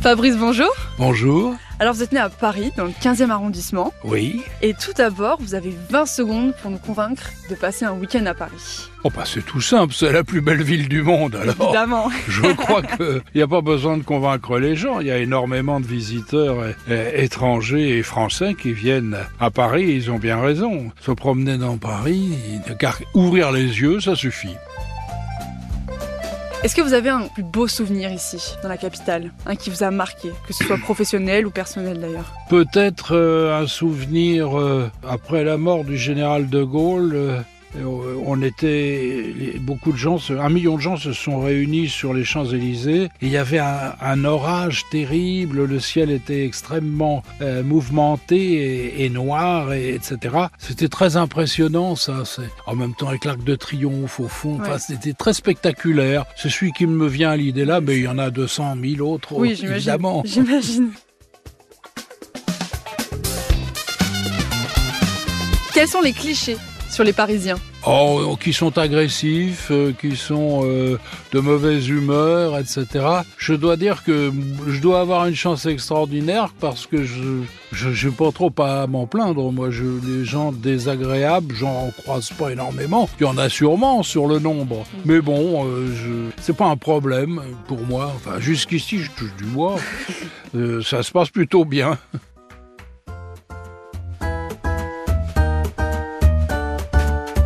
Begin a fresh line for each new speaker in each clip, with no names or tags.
Fabrice, bonjour.
Bonjour.
Alors vous êtes né à Paris, dans le 15e arrondissement,
Oui.
et tout d'abord, vous avez 20 secondes pour nous convaincre de passer un week-end à Paris.
Oh bah c'est tout simple, c'est la plus belle ville du monde alors.
Évidemment.
Je crois qu'il n'y a pas besoin de convaincre les gens. Il y a énormément de visiteurs euh, euh, étrangers et français qui viennent à Paris et ils ont bien raison. Se promener dans Paris, car ouvrir les yeux, ça suffit.
Est-ce que vous avez un plus beau souvenir ici, dans la capitale, un qui vous a marqué, que ce soit professionnel ou personnel d'ailleurs
Peut-être euh, un souvenir euh, après la mort du général de Gaulle. euh, on était les- beaucoup de gens, se- un million de gens se sont réunis sur les Champs Élysées. Il y avait un, un orage terrible, le ciel était extrêmement euh, mouvementé et, et noir, et, etc. C'était très impressionnant ça. C'est en même temps avec l'Arc de Triomphe au fond. Enfin,
Ouais.
c'était très spectaculaire. C'est celui qui me vient à l'idée là, mais il y en a 200 000 autres
Oui, j'imagine.
Oh, évidemment.
J'imagine. Quels sont les clichés sur les Parisiens
Oh, qui sont agressifs, euh, qui sont euh, de mauvaise humeur, etc. Je dois dire que je dois avoir une chance extraordinaire parce que je je j'ai pas trop à m'en plaindre. Moi, je, les gens désagréables, j'en croise pas énormément. Il y en a sûrement sur le nombre, mais bon, euh, je- c'est pas un problème pour moi. Enfin, jusqu'ici, je touche du bois. Euh, ça se passe plutôt bien.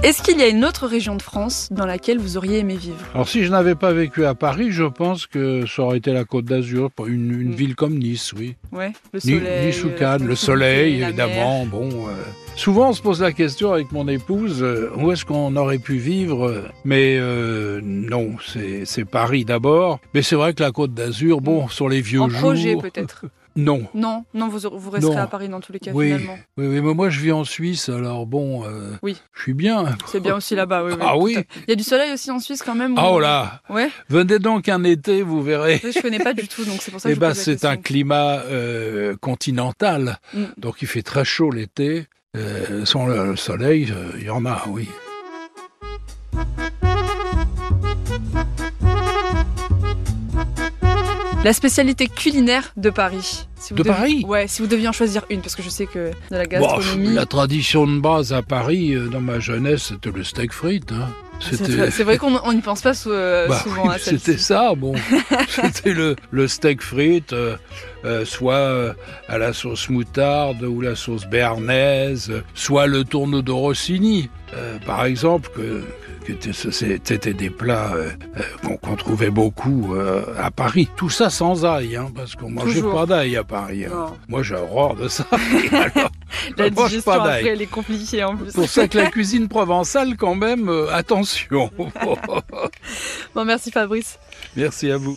Est-ce qu'il y a une autre région de France dans laquelle vous auriez aimé vivre
Alors si je n'avais pas vécu à Paris, je pense que ça aurait été la Côte d'Azur, pas une, une
Mm.
ville comme Nice, oui.
Ouais, le
Ni-
soleil.
nice ou
euh,
Cannes, le
la
soleil,
mer.
évidemment. Bon, euh, souvent on se pose la question avec mon épouse, euh, où est-ce qu'on aurait pu vivre Mais euh, non, c'est c'est Paris d'abord. Mais c'est vrai que la Côte d'Azur, bon, sur les vieux
Mm. En
jours,
projet peut-être.
non.
Non, non, vous, vous resterez
Non.
à Paris dans tous les cas
Oui.
finalement.
Oui, oui, mais moi je vis en Suisse, alors bon, euh,
Oui.
je suis bien.
C'est bien aussi là-bas, oui. oui,
Ah
tout
oui.
à- Il y a du soleil aussi en Suisse quand même.
Ah,
ou-
Oh là,
Ouais,
venez donc un été, vous verrez.
oui, je connais pas du tout, donc c'est pour ça que
Eh
je
ben,
vous pose la
c'est un
question.
climat euh, continental,
Mm.
donc il fait très chaud l'été. Euh, sans le le soleil, euh, il y en a, oui.
La spécialité culinaire de Paris. Si vous
De
deviez-
Paris Bah,
Ouais, si vous deviez en choisir une, parce que je sais que de la
Bon, pff,
gastronomie.
la tradition de base à Paris, euh, dans ma jeunesse, c'était le steak frites. hein.
Ah, c'est vrai- c'est vrai qu'on on n'y pense pas sou- euh,
Bah
souvent
oui,
à celle-ci.
c'était ça, bon. c'était le, le steak frites, euh, euh, soit euh, à la sauce moutarde ou la sauce béarnaise, euh, soit le tourneau de Rossini, euh, par exemple, que, que t- ce- c'était des plats euh, euh, qu'on qu'on trouvait beaucoup euh, à Paris. Tout ça sans ail, hein, parce qu'on mangeait
Toujours.
pas d'ail à Paris. hein.
Non,
Moi, j'ai horreur de ça. Alors,
La
je mange
digestion
pas
après,
d'ail.
elle est compliquée en plus.
C'est pour ça que la cuisine provençale, quand même, euh, attention. oh,
Bon, merci Fabrice.
Merci à vous.